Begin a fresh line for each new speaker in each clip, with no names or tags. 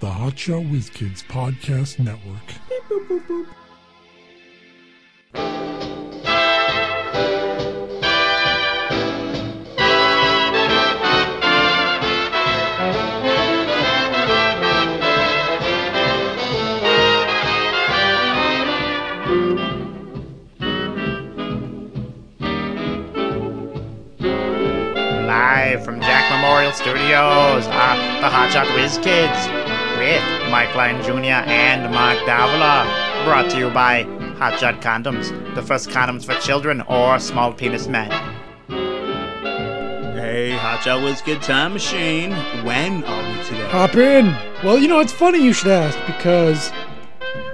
the Hotshot Whiz Kids Podcast Network.
Live from Jack Memorial Studios are the Hotshot Whiz Kids with Mike Lyon Jr. and Mark Davila. Brought to you by Hotshot Condoms, the first condoms for children or small penis men.
Hey, Hotshot Whiz Kid Time Machine. When are we today?
Hop in. Well, you know, it's funny you should ask because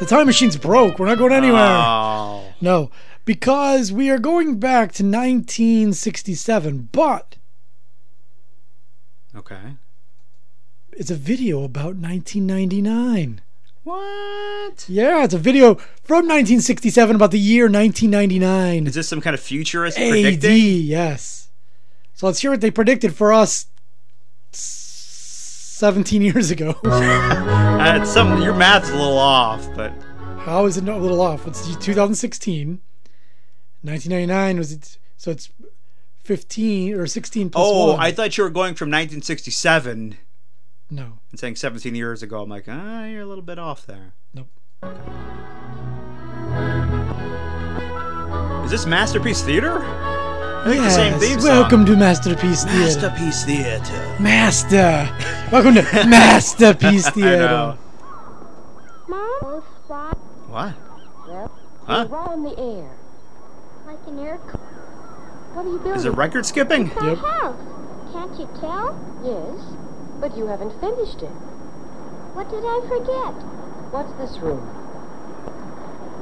the time machine's broke. We're not going anywhere.
Oh,
No, because we are going back to 1967, but
okay.
it's a video about 1999.
What?
Yeah, it's a video from 1967 about the year 1999.
Is this some kind of futurist
AD,
predicting?
yes. So let's hear what they predicted for us s- 17 years ago.
Uh, it's some your math's a little off, but
How is it not a little off? It's 2016. 1999 was it? So it's 15 or 16 plus
oh,
one.
I thought you were going from 1967
no.
and saying 17 years ago. I'm like, ah, you're a little bit off there.
Nope.
Is this Masterpiece Theater? I think the same
Yes,
theme song.
Welcome to Masterpiece Theater.
Masterpiece Theater.
Master. Welcome to Masterpiece
I know.
Theater.
Mom?
What?
Well,
Huh?
we're on the air. Like an air co- What are you building?
Is it record skipping?
It's our
Yep.
house. Can't you tell? Yes, but you haven't finished it. What did I forget? What's this room?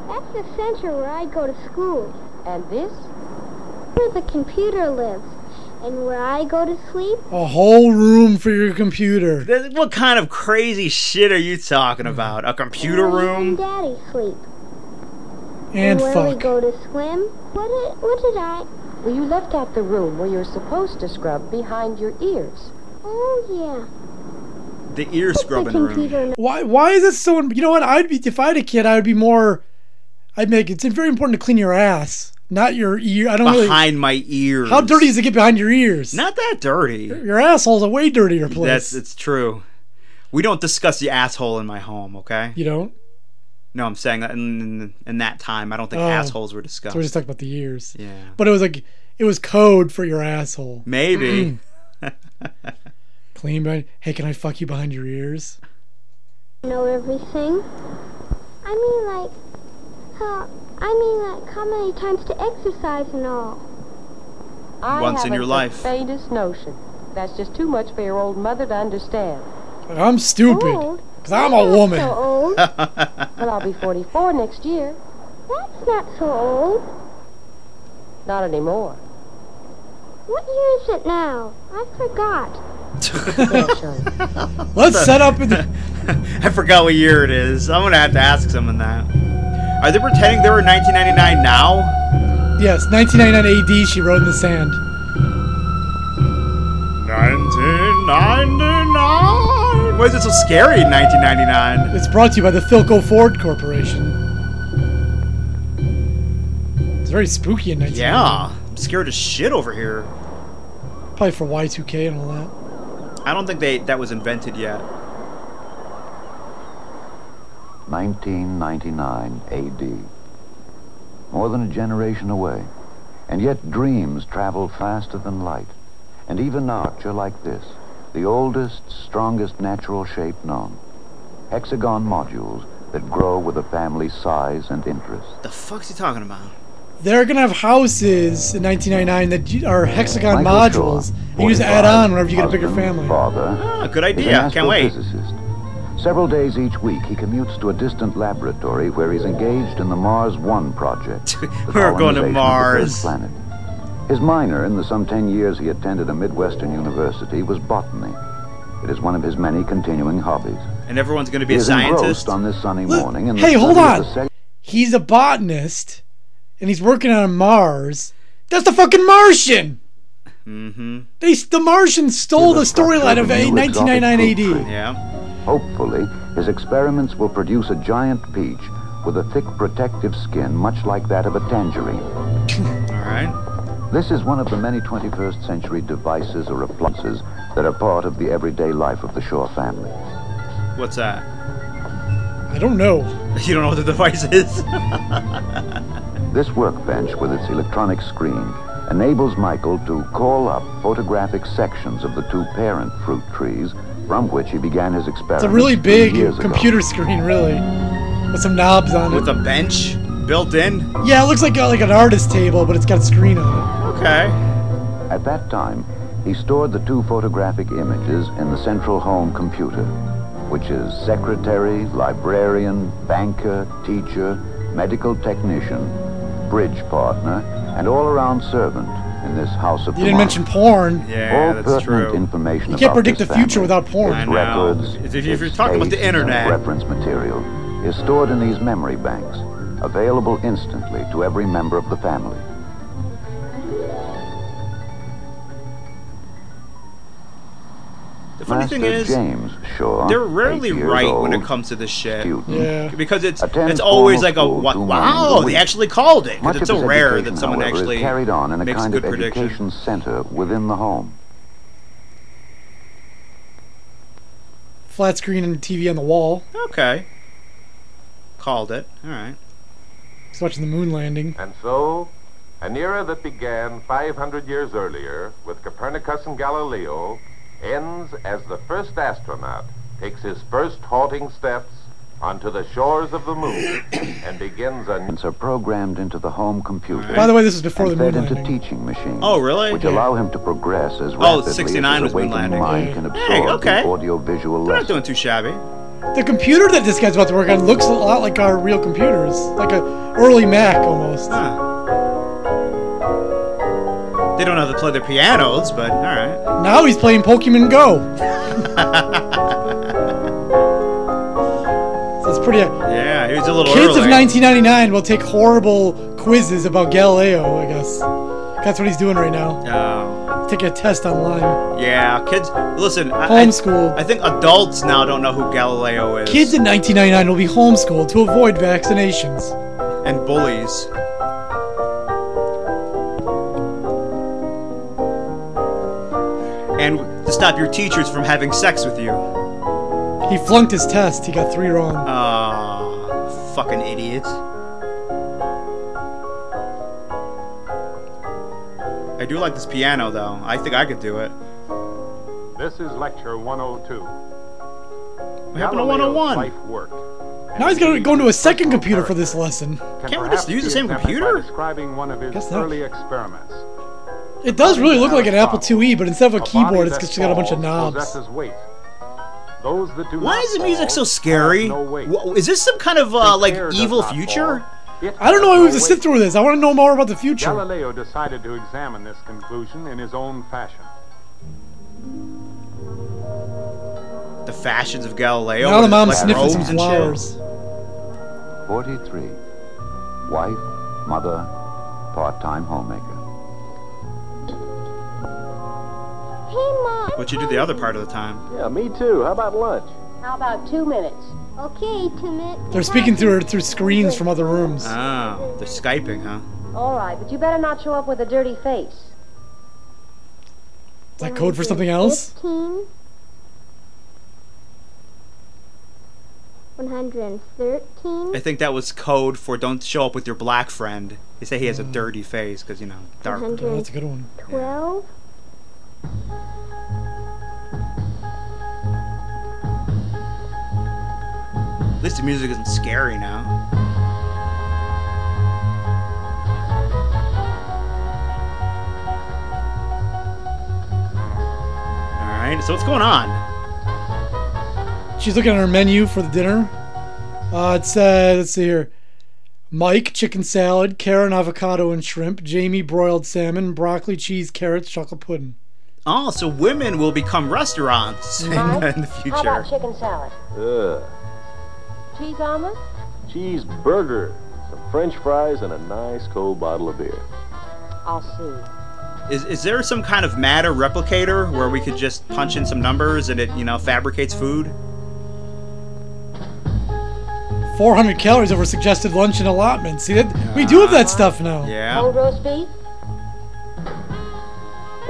That's the center where I go to school. And this? Where the computer lives. And where I go to sleep?
A whole room for your computer.
Th- What kind of crazy shit are you talking about? A computer
where you and
room?
Daddy sleep.
And
where we
fuck.
go to swim? What did, what did I? Well, you left out the room where you're supposed to scrub behind your ears. Oh
The ear
yeah, the
scrubbing room.
computer
Why why is it so you know what? I'd be if I had a kid, I would be more I'd make it's very important to clean your ass, not your ear. I don't really
Behind my ears.
How dirty does it get behind your ears?
Not that dirty.
Your asshole's a way dirtier place.
That's it's true. We don't discuss the asshole in my home, okay?
you don't?
No, I'm saying that in, in, in that time, I don't think
Oh.
assholes were discussed.
So we're just talking about the ears.
yeah,
But it was like it was code for your asshole.
maybe.
Clean behind hey, can I fuck you behind your ears?
know everything. I mean, like, how? I mean, like, how many times to exercise and all? I
Once in your
haven't
life.
The faintest notion. That's just too much for your old mother to understand.
I'm stupid.
Old?
Because I'm a woman.
So old.
Mm.
well, I'll be 44 next year. That's not so old. Not anymore. What year is it now? I forgot.
Let's set up the,
I forgot what year it is. I'm gonna have to ask someone that. Are they pretending they were 1999 now?
Yes, 1999 AD she wrote in the sand.
1999. Why is it so scary in 1999?
It's brought to you by the Philco Ford Corporation. It's very spooky in 19
Yeah, I'm scared as shit over here.
Probably for Y2K and all that.
I don't think they that was invented yet.
1999 AD. More than a generation away. And yet dreams travel faster than light. And even now, you're like this, the oldest, strongest natural shape known. Hexagon modules that grow with a family's size and interest.
The fuck's he talking about?
They're going to have houses in 1999 that you- are hexagon
Michael
modules.
Schur,
You just
45,
add on whenever you get a bigger
husband,
family.
Father,
Ah, good
He's
idea.
an
Can't wait.
astrophysicist. Several days each week, he commutes to a distant laboratory where he's engaged in the Mars One project. the
We're going to
colonization of the third
Mars.
Planet. His minor in the some 10 years he attended a Midwestern university was botany. It is one of his many continuing hobbies.
And everyone's gonna
He
be a
is
scientist.
engrossed on this sunny
Look,
morning in the
hey,
study
hold
of
on.
the sec-
He's a botanist and he's working on Mars. That's the fucking Martian!
Mm-hmm.
They, the Martian stole the storyline of
New
a-
exotic
1999 AD.
fruit tree.
Yeah.
Hopefully, his experiments will produce a giant peach with a thick protective skin, much like that of a tangerine.
All right.
This is one of the many 21st century devices or appliances that are part of the everyday life of the Shaw family.
What's that?
I don't know.
You don't know what the device is?
This workbench, with its electronic screen, enables Michael to call up photographic sections of the two parent fruit trees from which he began his experiments.
It's a really
three
big
years ago.
computer screen, really, with some knobs on it.
With a bench built in?
yeah, it looks like uh, like an artist table, but it's got a screen on
Okay.
At that time, he stored the two photographic images in the central home computer, which is secretary, librarian, banker, teacher, medical technician, bridge partner, and all-around servant in this house of
it. You didn't mention porn.
Yeah,
all
that's
pertinent
true.
information
You can't
about
predict
this
the future
family,
without porn.
its
I know.
records,
If- if you're
its
talking about the
dates, and
internet.
reference material is stored in these memory banks, available instantly to every member of the family.
The funny thing
Master
is,
James Shaw,
they're rarely
eight years
right
old,
when it comes to this shit.
student,
Yeah.
Because it's
Attend
it's always
formal
like a
school
wa-
two mornings a
wow, they
week.
actually called it. 'Cause
Much
It's
of
so
his
rare
education,
that someone
however, is
actually
carried on in a
makes
kind
good
of
prediction.
education center within the home.
Flat screen and TV on the wall.
Okay. Called it. All right.
He's watching the moon landing.
And so, an era that began 500 years earlier with Copernicus and Galileo ends as the first astronaut takes his first halting steps onto the shores of the moon and begins a
Are programmed into the home computer.
By the way, this is before the
and
moon
fed into
landing.
teaching machines.
Oh, really?
Which
Yeah.
allow him to progress as rapidly
69 was
as his
moon
awakened
landing.
mind can absorb
Hey, okay.
the audio-visual
They're not
lessons.
doing too shabby.
The computer that this guy's about to work on looks a lot like our real computers, like a early Mac almost.
Huh. They don't know how to play their pianos, but all right.
Now he's playing Pokemon Go. so it's pretty. uh,
Yeah, he was a little
Kids of
early.
1999 will take horrible quizzes about Galileo, I guess. That's what he's doing right now.
Oh.
Take a test online.
Yeah, kids. Listen, I, I-
Homeschool.
I think adults now don't know who Galileo is.
Kids in 1999 will be homeschooled to avoid vaccinations.
and bullies. And to stop your teachers from having sex with you.
He flunked his test. He got three wrong.
Ah, fucking idiot. I do like this piano though. I think I could do it.
This is lecture 102.
We happen to 101.
Life work.
oh Now he's gonna go into a second computer for this lesson.
Can't we just use the same computer?
Describing one of his
Guess not.
early experiments.
It does really look like an Apple IIe, but instead of a keyboard,
body
it's
that
just got a bunch of
falls
knobs.
possesses weight. Those that do
Why
not
is the music so
fall
scary?
have no weight.
Wha- Is this some kind of uh,
The
like
air does
evil
not
future?
fall. It
I don't know why
has
we have to
no
sit
weight.
through this. I want to know more about the future.
Galileo decided to examine this conclusion in his own fashion.
The fashions of Galileo.
Now the
with,
mom's
like,
sniffing some
robes and shit.
flowers.
43. Wife, mother, part-time homemaker.
Hey, Mom.
But you do the other part of the time.
Yeah, me too. How about lunch?
How about two minutes? Okay, two minutes.
They're speaking through through screens from other rooms.
Oh, they're skyping, huh?
All right, but you better not show up with a dirty face.
Is that code for something else?
15. 113.
I think that was code for don't show up with your black friend. They say he has a
Mm.
dirty face because you know
Mm-hmm.
dark.
Oh, that's a good one.
112.
At least the music isn't scary now. All right, so what's going on?
She's looking at her menu for the dinner. Uh, it says, let's see here. Mike, chicken salad, Karen, avocado and shrimp, Jamie, broiled salmon, broccoli, cheese, carrots, chocolate pudding.
Oh, so women will become restaurants in,
Mike,
in the
How
future.
about chicken salad?
Ugh.
Cheese omelet?
Cheeseburger, some french fries, and a nice cold bottle of beer.
I'll see.
Is, is there some kind of matter replicator where we could just punch in some numbers and it, you know, fabricates food?
400 calories over suggested luncheon allotment. See that we do have that stuff now.
Yeah.
Cold roast beef?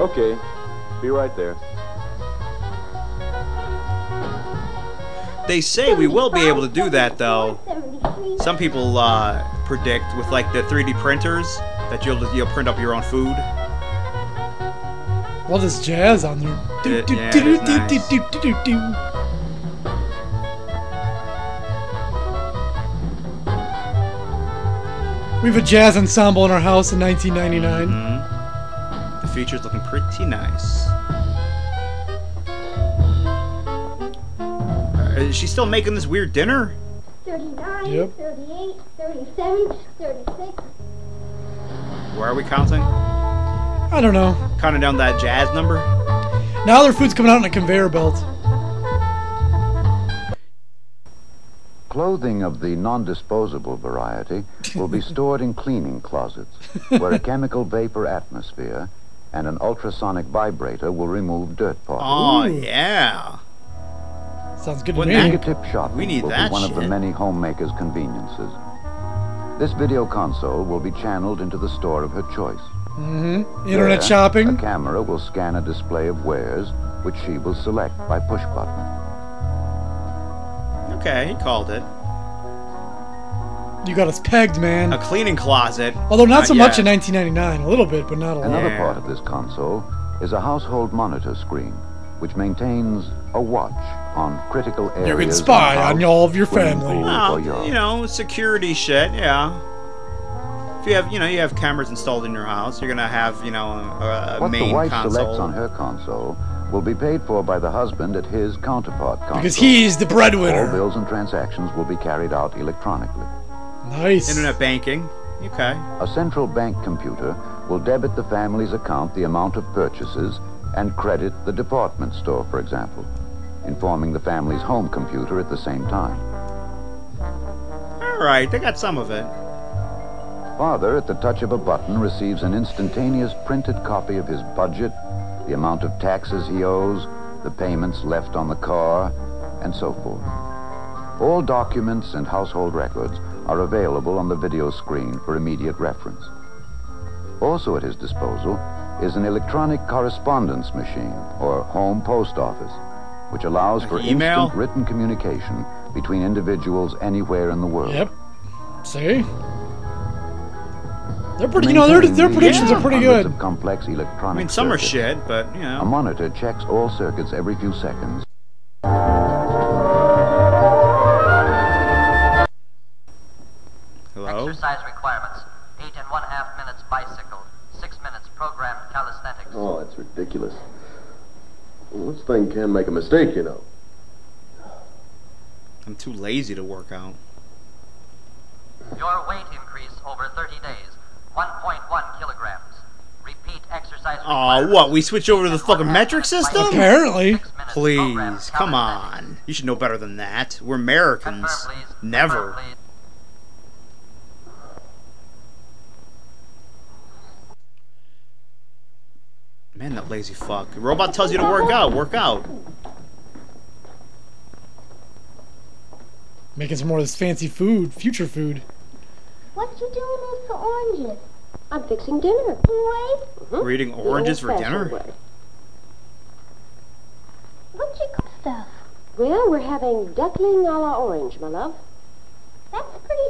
Okay, be right there.
They say we will be able to do that though.
73.
Some people uh, predict with like the 3D printers that you'll you'll print up your own food.
All this jazz on there.
Yeah,
Do, do,
yeah,
do,
it is
do, do,
nice.
do, do, do, do. We have a jazz ensemble in our house in 1999.
The feature's looking pretty nice. Uh, is she still making this weird dinner?
39,
Yep.
38, 37, 36.
Where are we counting?
I don't know.
Counting down that jazz number?
Now their food's coming out in a conveyor belt.
Clothing of the non disposable variety will be stored in cleaning closets, where a chemical vapor atmosphere and an ultrasonic vibrator will remove dirt particles.
Oh yeah.
Sounds good to
Wouldn't
me.
that-
Fingertip shopping
We need
will
that
be one of the
shit.
many homemakers' conveniences. This video console will be channeled into the store of her choice.
Internet
There,
shopping.
A camera will scan a display of wares, which she will select by push button.
Okay, he called it.
You got us pegged, man.
A cleaning closet.
Although not so much
yet.
in 1999. A little bit, but not a lot.
Another
Yeah.
part of this console is a household monitor screen, which maintains a watch on critical areas.
You can
of
spy
the
on
house,
all of your
swimming
family.
pool,
Well,
or yard.
Oh, you know, security shit, yeah. If you have, you know, you have cameras installed in your house, you're gonna have, you know, a, a
What
main
the wife selects
console.
on her console will be paid for by the husband at his counterpart console.
Because he's the
All
breadwinner.
bills and transactions will be carried out electronically.
Nice.
Internet banking. Okay.
A central bank computer will debit the family's account the amount of purchases and credit the department store, for example, informing the family's home computer at the same time.
All right, they got some of it.
Father, at the touch of a button, receives an instantaneous printed copy of his budget, the amount of taxes he owes, the payments left on the car, and so forth. All documents and household records are available on the video screen for immediate reference. Also at his disposal is an electronic correspondence machine, or home post office, which allows for
Email?
instant written communication between individuals anywhere in the world.
Yep. See? They're pretty, you know, their, their
Maintaining
predictions
the
are pretty
hundreds
good.
Of complex
I
electronic
mean, some are
circuits.
shit, but you
A
know.
monitor checks all circuits every few seconds.
Hello.
Exercise requirements. Eight and one half minutes bicycle. Six minutes programmed calisthenics.
Oh, that's ridiculous. Well, this thing can make a mistake, you know.
I'm too lazy to work out.
Your weight increase over 30 days. 1.1 kilograms. Repeat exercise
Aw,
requirements.
what? We switch over to the fucking metric system?
Apparently.
Six minutes programmed
Please, come
calisthenics.
on. You should know better than that. We're
Confirm,
Americans.
please. Confirm,
Never.
please.
Man, that lazy fuck. The robot tells you to work out. Work out.
Making some more of this fancy food, future food.
What you doing with the oranges? I'm fixing dinner. Wait.
We're eating oranges for dinner.
What you cook stuff? Well, we're having duckling a la orange, my love. That's pretty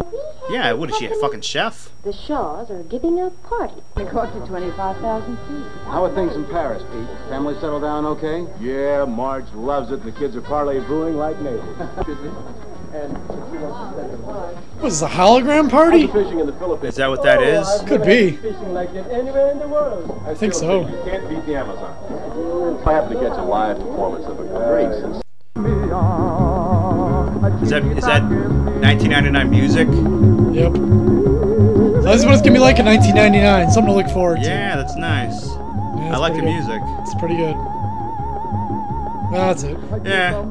fancy.
Yeah, what is she a fucking chef?
The Shaws are giving a party. It cost you 25,000 feet.
How are things in Paris, Pete? Family settle down okay? Yeah, Marge loves it, and the kids are parley-booing like natives.
What is this, a hologram party?
Fishing in the Philippines.
Is that what that is?
Could be.
Fishing like that anywhere in the world.
I think so.
You can't beat the Amazon. If I happen to catch a live performance of a great sensation.
Is that is that 1999 music?
Yep. So this is what it's gonna be like in 1999. Something to look forward to.
Yeah, that's nice.
Yeah, it's
I like the
pretty good.
music.
It's pretty good. That's it.
Yeah.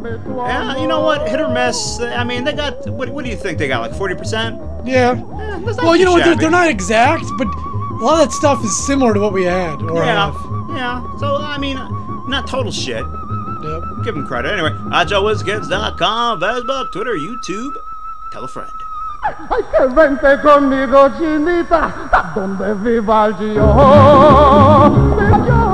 Yeah, you know what? Hit or miss. I mean, they got. What, what do you think they got? Like 40%?
Yeah.
Eh, that's not
Well,
too
you know what? They're,
shabby.
they're not exact, but a lot of that stuff is similar to what we had. Or
Yeah.
have.
Yeah. So, I mean, not total shit.
Yep.
Give them credit. Anyway, HotJoeWizKids.com, Facebook, Twitter, YouTube, Tell a friend.
Che vente conmigo, chinita, da donde viva el yo.